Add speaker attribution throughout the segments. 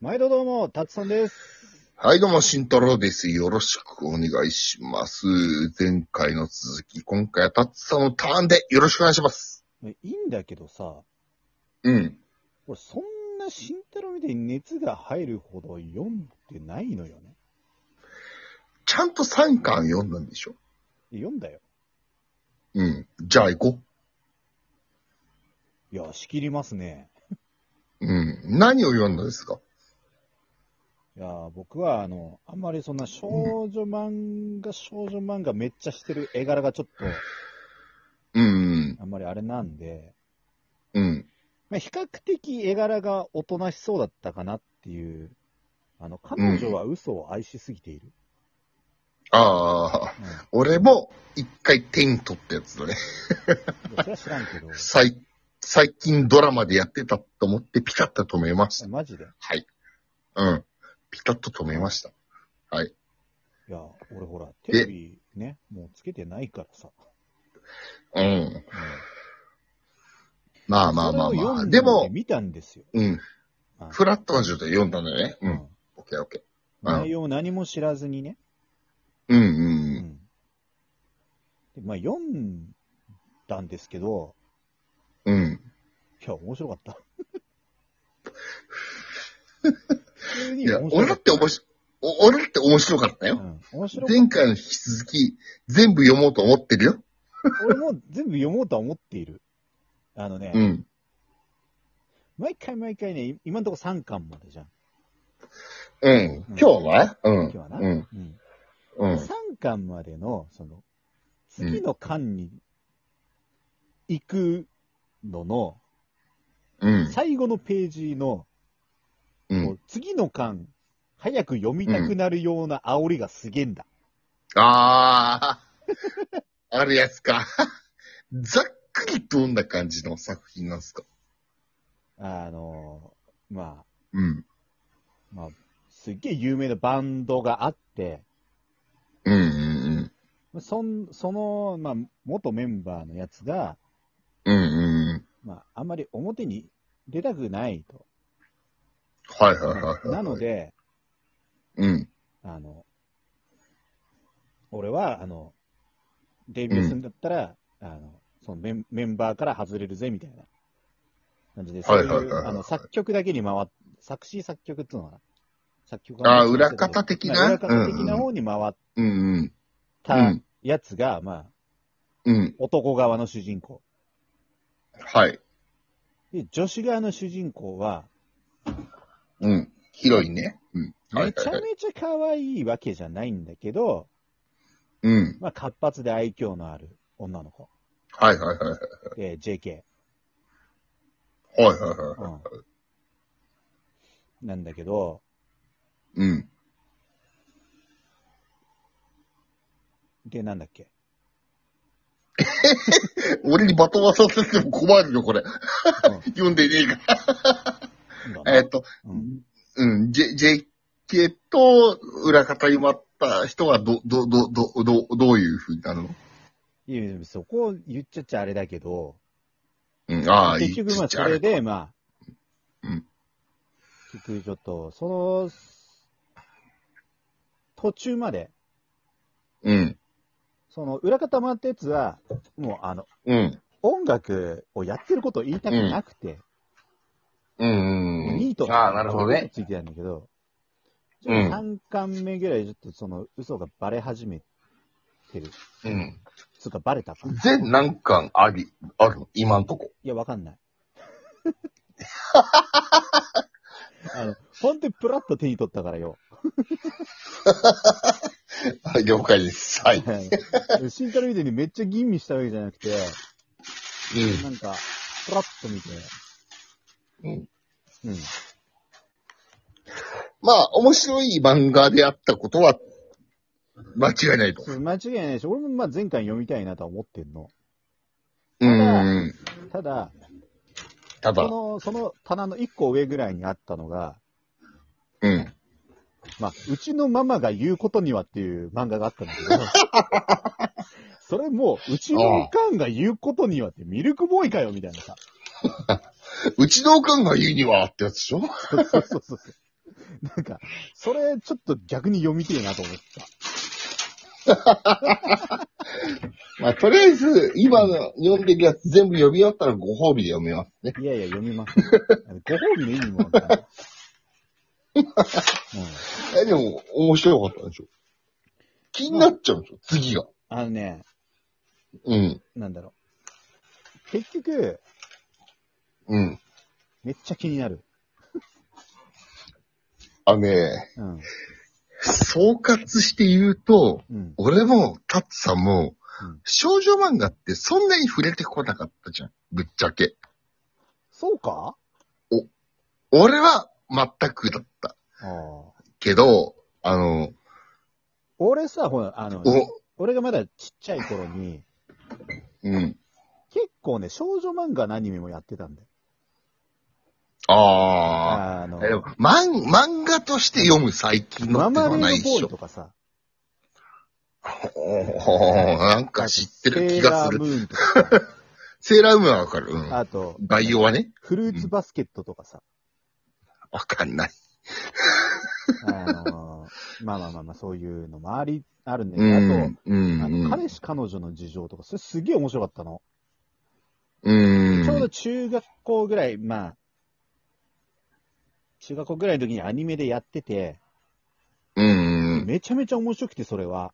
Speaker 1: 毎度どうも、たつさんです。
Speaker 2: はい、どうも、慎太郎です。よろしくお願いします。前回の続き、今回はタッツさんのターンでよろしくお願いします。
Speaker 1: いいんだけどさ、
Speaker 2: うん。
Speaker 1: 俺そんな慎太郎みたいに熱が入るほど読んでないのよね。
Speaker 2: ちゃんと3巻読んだんでしょ
Speaker 1: 読んだよ。
Speaker 2: うん。じゃあ行こ
Speaker 1: いや、仕切りますね。
Speaker 2: う。うん。何を読んだんですか
Speaker 1: いや、僕はあの、あんまりそんな少女漫画、少女漫画めっちゃしてる絵柄がちょっ
Speaker 2: うん。
Speaker 1: と、あんまりあれなんで、
Speaker 2: うん。
Speaker 1: まあ、比較的絵柄がおとなしそうだったかなっていう、あの、彼女は嘘を愛しすぎている。
Speaker 2: ああ、
Speaker 1: うん
Speaker 2: 俺も一回手に取ったやつだね。
Speaker 1: いやそれは知らんけど、
Speaker 2: 最、最近ドラマでやってたと思ってピタッと止めました。
Speaker 1: マジで。
Speaker 2: はい。うん。ピタッと止めました。
Speaker 1: いや、俺ほら、テレビね、もうつけてないからさ。
Speaker 2: うん。
Speaker 1: うん
Speaker 2: まあまあまあ
Speaker 1: それを
Speaker 2: ま
Speaker 1: 読
Speaker 2: あ。
Speaker 1: んで
Speaker 2: でも、
Speaker 1: 見たんですよ。
Speaker 2: うん。
Speaker 1: はい
Speaker 2: フラットな状態で読んだんだよね。うん。オッケーオッケー。
Speaker 1: 内容を何も知らずにね。
Speaker 2: うん
Speaker 1: う
Speaker 2: うん。
Speaker 1: んでまあ、読んだんですけど、
Speaker 2: うん。
Speaker 1: いや、面白かった。普通
Speaker 2: い
Speaker 1: に
Speaker 2: や、
Speaker 1: 面白
Speaker 2: 俺
Speaker 1: か
Speaker 2: だ
Speaker 1: っ
Speaker 2: って面白、お俺だって面白かった
Speaker 1: た。う
Speaker 2: よ。
Speaker 1: ん、面白かっ
Speaker 2: 前回の引き続き、全部読もうと思ってるよ。
Speaker 1: た。俺も全部読もうとは思っている。あのね、
Speaker 2: うん。
Speaker 1: 毎回毎回ね、今のところ3巻までじゃん。
Speaker 2: うん。今日はうん。
Speaker 1: 今日はな
Speaker 2: うん。
Speaker 1: うん、
Speaker 2: うん。
Speaker 1: 3巻までの、その、次の巻に行くのの、
Speaker 2: うん。
Speaker 1: 最後のページの、こ
Speaker 2: うん。
Speaker 1: う次の巻、早く読みたくなるような煽りがすげえんだ。
Speaker 2: あー。あるやつか。 ざっくりどんな感じの作品なんですか
Speaker 1: あのーまあ、
Speaker 2: うん。
Speaker 1: まあ、すっげえ有名なバンドがあって、
Speaker 2: うんうん
Speaker 1: そんその、まあ、元メンバーのやつが、
Speaker 2: うん。うんうん
Speaker 1: まあ、あんまり表に出たくない と。
Speaker 2: うん。はいはいはいはい。
Speaker 1: なの。で、
Speaker 2: うん。
Speaker 1: あの、俺は、あの、デビューするんだったら、あの、そのメンメンバーから外れるぜ、みたいな感じで、そうい
Speaker 2: はいはいはいは
Speaker 1: う、
Speaker 2: い
Speaker 1: あの、作曲だけに回っ、作詞作曲っていうのは、作曲
Speaker 2: あー裏方的な
Speaker 1: 裏方的な方に回っ
Speaker 2: うんうん。
Speaker 1: たやつが、まあ、
Speaker 2: うん。
Speaker 1: 男側の主人公。
Speaker 2: はい。
Speaker 1: で、女子側の主人公は、
Speaker 2: うん。広いね。うん。は
Speaker 1: め
Speaker 2: い
Speaker 1: ちゃ
Speaker 2: はいはい。
Speaker 1: めちゃ可愛いわけじゃないんだけど、
Speaker 2: うん。
Speaker 1: まあ、活発で愛嬌のある女の子。
Speaker 2: はいはいはいはい。
Speaker 1: で、JK。
Speaker 2: はいはいはい。
Speaker 1: うん、なんだけど、
Speaker 2: うん。
Speaker 1: で、なんだっけ。
Speaker 2: 俺にバトン渡させても困るよ、これ。
Speaker 1: う
Speaker 2: 読んでねえか
Speaker 1: んなんだ
Speaker 2: ら。えっと、
Speaker 1: うん
Speaker 2: うん、J、JK と裏方に回った人はど、ど、ど、ど、ど、どういう風になるの
Speaker 1: いやいやそこを言っちゃっちゃあれだけど、
Speaker 2: うん、ああ、
Speaker 1: 結局まあそれ
Speaker 2: で。
Speaker 1: で、まあ、
Speaker 2: うん
Speaker 1: 結局ちょっと、その、途中まで、
Speaker 2: うん、
Speaker 1: その裏方回ったやつは、もうあの、
Speaker 2: うん、
Speaker 1: 音楽をやってることを言いたくなくて、
Speaker 2: うん、うん。
Speaker 1: ニート
Speaker 2: ああ、なるほどね。
Speaker 1: ついてたんだけど、
Speaker 2: うん
Speaker 1: 3巻目ぐらいちょっとその嘘がバレ始めてる。
Speaker 2: うん。
Speaker 1: つうかバレたか。い
Speaker 2: 全何巻あり、あるの今んとこ。
Speaker 1: や、わか んない。あの、ほんとにプラッと手に取ったからよ。
Speaker 2: はい、了解です。は
Speaker 1: あ。の慎太郎みたいにめっちゃ吟味したわけじゃなくて、なんか、プラッと見て、
Speaker 2: うん。
Speaker 1: うん。
Speaker 2: まあ、面白い漫画であったことは、間違いないと
Speaker 1: そ。う間違いないし、俺もまあ前回読みたいなとは思ってんの。
Speaker 2: うん。
Speaker 1: ただ、
Speaker 2: た
Speaker 1: そ
Speaker 2: だ、
Speaker 1: の、その棚の1個上ぐらいにあったのが、
Speaker 2: うん。
Speaker 1: まあ、うちのママが言うことにはっていう漫画があったんだけど、 それもう、うちのおかんが言うことにはってミルクボーイかよみたいなさ。
Speaker 2: うちのおかんが言うにはってやつでしょ
Speaker 1: そうそうそうそう。なんか、それ、ちょっと逆に読みてえなと思った。
Speaker 2: まあ、とりあえず、今の読んでるやつ全部読み終わったらご褒美で読みますね。
Speaker 1: いやいや、読みます。あのご褒美の意味もわかんない。うん
Speaker 2: え、でも、面白かったでしょ。気になっちゃうんですよ、次が。
Speaker 1: あのね、
Speaker 2: うん、
Speaker 1: なんだろう。結局、
Speaker 2: うん。
Speaker 1: めっちゃ気になる。
Speaker 2: あのね、
Speaker 1: うん。
Speaker 2: 総括して言うと、
Speaker 1: うん。
Speaker 2: 俺も、タツさんも
Speaker 1: うん、
Speaker 2: 少女漫画ってそんなに触れてこなかったじゃん。ぶっちゃけ。
Speaker 1: そうか
Speaker 2: 俺は、全くだった。
Speaker 1: ああ。
Speaker 2: けど、あの、
Speaker 1: 俺さ、ほら、あの、
Speaker 2: お、
Speaker 1: 俺がまだちっちゃい頃に、
Speaker 2: うん。
Speaker 1: 結構ね、少女漫画のアニメもやってたんだよ。
Speaker 2: あ
Speaker 1: あの
Speaker 2: あ。、でも、漫、漫画として読む最近の
Speaker 1: マ
Speaker 2: っての
Speaker 1: マ
Speaker 2: は
Speaker 1: レ
Speaker 2: ない
Speaker 1: ー
Speaker 2: で
Speaker 1: ドボー
Speaker 2: し
Speaker 1: イ
Speaker 2: ょ。
Speaker 1: とかさ、
Speaker 2: おーなんか知ってる気がす
Speaker 1: セ
Speaker 2: る。
Speaker 1: ーラームーンとかさ、
Speaker 2: セーラームーンはわかる。うん。
Speaker 1: あと、
Speaker 2: 概要はね、
Speaker 1: フルーツバスケットとか さ、
Speaker 2: わかんない。
Speaker 1: あのー、まあまあまあまあ、そういうのもあり、あるんだ
Speaker 2: う
Speaker 1: けど、あと
Speaker 2: ん。う
Speaker 1: あ
Speaker 2: ん。
Speaker 1: の、
Speaker 2: うん
Speaker 1: 彼氏彼女の事情とか、それすげえ面白かったの。
Speaker 2: うん。
Speaker 1: ちょうど中学校ぐらい、まあ、中学校ぐらいの時にアニメでやってて、
Speaker 2: うん。
Speaker 1: めちゃめちゃ面白くて、それは。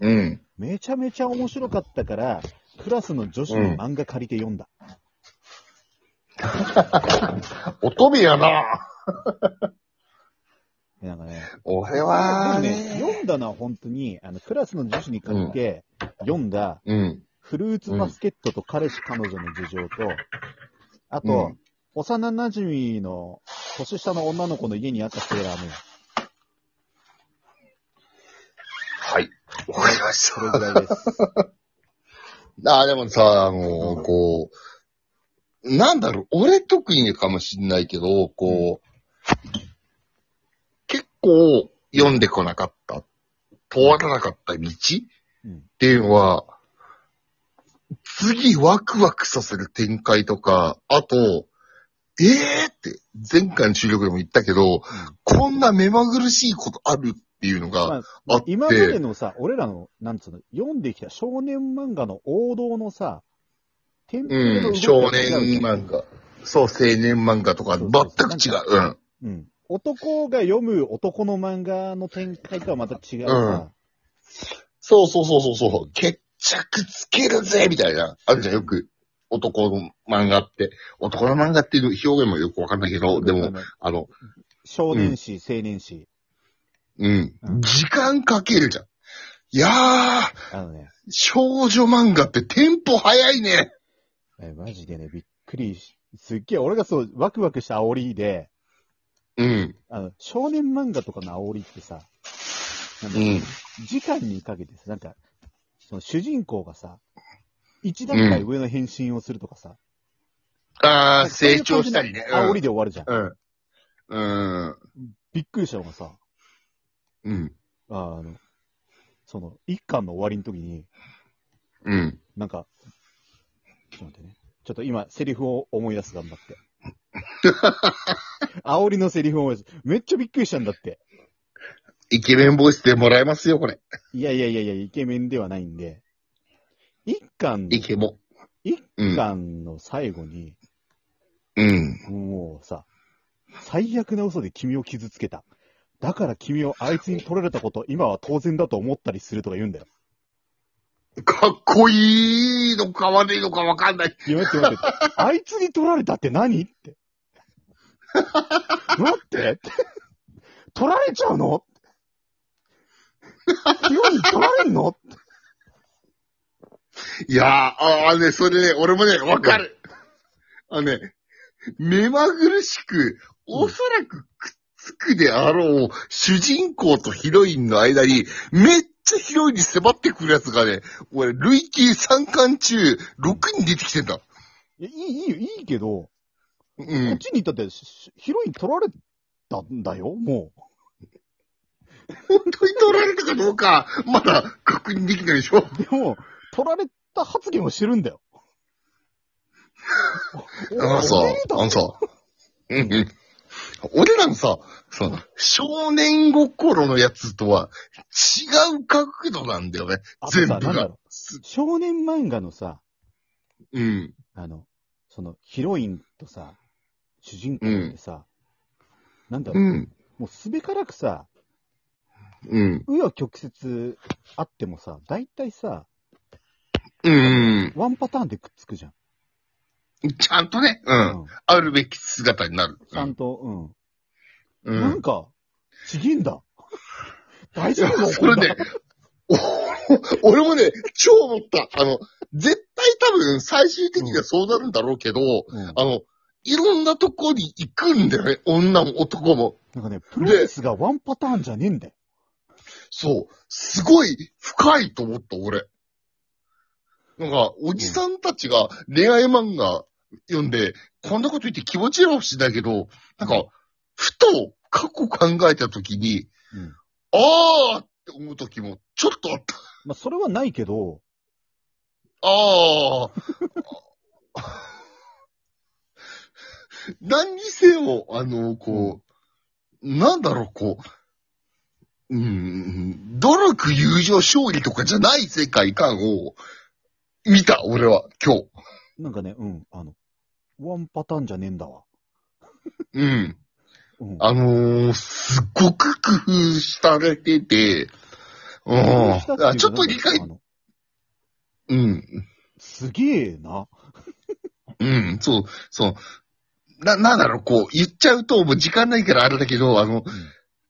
Speaker 2: うん。
Speaker 1: めちゃめちゃ面白かったから、クラスの女子の漫画借りて読んだ。
Speaker 2: 乙女やな
Speaker 1: なんかね。
Speaker 2: 俺は
Speaker 1: でもね、読んだのは本当に、あの、クラスの女子に借りて、読んだ、
Speaker 2: うん。
Speaker 1: フルーツバスケットと彼氏彼女の事情と、あと、
Speaker 2: うん
Speaker 1: 幼馴染の年下の女の子の家にあったセーラームーン。
Speaker 2: はい。わかりまし
Speaker 1: これぐらい です。
Speaker 2: た。あー、でもさ、もう、こう、なんだろう、俺特にかもしんないけど、こう、結構読んでこなかった、通らなかった道
Speaker 1: うん。
Speaker 2: っていうのは、次ワクワクさせる展開とか、あと、ええー、って、前回の収録でも言ったけど、こんな目まぐるしいことあるっていうのが、
Speaker 1: ま
Speaker 2: あっ
Speaker 1: あ
Speaker 2: て、
Speaker 1: 今までのさ、俺らの、なんつうの、読んできた少年漫画の王道のさ、テンプレの
Speaker 2: う
Speaker 1: 動
Speaker 2: ん、
Speaker 1: き
Speaker 2: 少
Speaker 1: が違
Speaker 2: 年
Speaker 1: うじゃん
Speaker 2: 漫画。そう、青年漫画と
Speaker 1: そ
Speaker 2: か、全
Speaker 1: うそうそう
Speaker 2: く違う。
Speaker 1: うん。男が読む男の漫画の展開とはまた違うさ。
Speaker 2: そうそうそうそうそう、決着つけるぜみたいな。あるじゃん、よく。男の漫画って。男の漫画っていう表現もよくわかんないけど、で
Speaker 1: あ
Speaker 2: も、
Speaker 1: の
Speaker 2: あの、
Speaker 1: 少年誌、青年誌。
Speaker 2: うん
Speaker 1: うん。
Speaker 2: 時間かけるじゃん。いやー、
Speaker 1: あのね、
Speaker 2: 少女漫画ってテンポ早いね。
Speaker 1: えマジでね、びっくりし、すっげえ、俺がそう、ワクワクした煽りで、
Speaker 2: うん。
Speaker 1: あの、少年漫画とかの煽りってさ、なん
Speaker 2: う
Speaker 1: か
Speaker 2: ん。
Speaker 1: 時間にかけてさ、なんか、その主人公がさ、一段階上の変身をするとかさ、
Speaker 2: あ
Speaker 1: なん
Speaker 2: ー、
Speaker 1: かそういう
Speaker 2: 成長したりね。う
Speaker 1: 感じの煽り
Speaker 2: ん。
Speaker 1: で終わるじゃん。
Speaker 2: うん。うん。
Speaker 1: びっくりしたのがさ、
Speaker 2: うん。
Speaker 1: あの、その、一巻の終わりの時に、
Speaker 2: うん。
Speaker 1: なんか、ちょっと待ってね。ちょっと今、セリフを思い出す、頑張 って。煽りのセリフを思い出す。めっちゃびっくりしたんだって。
Speaker 2: イケメンボイスでもらえますよ、これ。
Speaker 1: いやいやいやいや、イケメンではないんで、一巻の
Speaker 2: イ、ケボ。
Speaker 1: 一
Speaker 2: うん。
Speaker 1: 巻の最後に、
Speaker 2: うん。
Speaker 1: もうさ、最悪な嘘で君を傷つけた。だから君をあいつに取られたこと、今は当然だと思ったりするとか言うんだよ。
Speaker 2: かっこいいのか悪いのかわかんない。
Speaker 1: いや、待って待って。あいつに取られたって何って。待って。取られちゃうの今に取られんの
Speaker 2: いやー、ああね、それね、俺もね、わかる。あのね、目まぐるしく、おそらくくっつくであろう、主人公とヒロインの間に、めっちゃヒロインに迫ってくるやつがね、俺、累計3巻中、6人出てきてんだ。
Speaker 1: いやいい、いいよ、いいけど、
Speaker 2: う
Speaker 1: こっ
Speaker 2: ん。
Speaker 1: ちに行ったってしヒロイン取られたんだよ、も
Speaker 2: 本当に取られたかどうか、まだ確認できないでしょ。
Speaker 1: う。でも、取られた発言をしてるんだ よ。
Speaker 2: あのさ
Speaker 1: お俺に、だ
Speaker 2: あのさ、うんうん。俺らのさ、その、少年心のやつとは違う角度なんだよね。
Speaker 1: あと
Speaker 2: 全
Speaker 1: さ、
Speaker 2: 部
Speaker 1: なんだ
Speaker 2: が。
Speaker 1: ろう。少年漫画のさ、
Speaker 2: うん。
Speaker 1: あの、その、ヒロインとさ、主人公ってさ、なんだろ
Speaker 2: う
Speaker 1: う、
Speaker 2: ん。
Speaker 1: もうすべからくさ、
Speaker 2: うん。
Speaker 1: うわ曲折あってもさ、大体さ、
Speaker 2: うん。
Speaker 1: ワンパターンでくっつくじゃん。
Speaker 2: ちゃんとね、う。
Speaker 1: うん
Speaker 2: あるべき姿になる。
Speaker 1: ちゃんと、
Speaker 2: う
Speaker 1: うん。
Speaker 2: ん。
Speaker 1: なんか、ちぎん だ。大丈夫
Speaker 2: それね、お俺もね、超思った。あの、絶対多分最終的にはそうなるんだろうけど、
Speaker 1: こんなうん
Speaker 2: あの、いろんなとこに行くんだよね。女も男も。
Speaker 1: なんかね、プロレスがワンパターンじゃねえんだよ。
Speaker 2: そう。すごい深いと思った、俺。なんか、おじさんたちが恋愛漫画読んで、こんなこと言って気持ちいいかもしれないけど、なんか、ふと過去考えたときに、
Speaker 1: うん
Speaker 2: あーって思うときも、ちょっとあった。
Speaker 1: まあ、それはないけど、
Speaker 2: ああ。 何にせよ、あの、こう、なんだろう、こう、うん、努力、友情、勝利とかじゃない世界観を見た、俺は、今日。
Speaker 1: なんかね、うん、あの、ワンパターンじゃねえんだわ。
Speaker 2: うん。
Speaker 1: うん。
Speaker 2: あのー、すっごく工夫されてて、うん。
Speaker 1: どうしたていう
Speaker 2: あ
Speaker 1: か
Speaker 2: ちょっと理解
Speaker 1: な、んかあの
Speaker 2: うん。
Speaker 1: すげえな。
Speaker 2: うん、そう、そう。な、なんだろう、こう、言っちゃうと、もう時間ないからあれだけど、あの、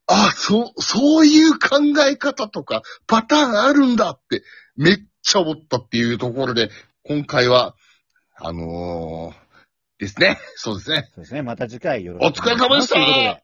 Speaker 2: あ、そう、そういう考え方とか、パターンあるんだって、めっちゃ思ったっていうところで、今回は、あのーですね。そうですね。
Speaker 1: そうですね。また次回よろ
Speaker 2: お
Speaker 1: しく
Speaker 2: 疲れ様でした
Speaker 1: ということで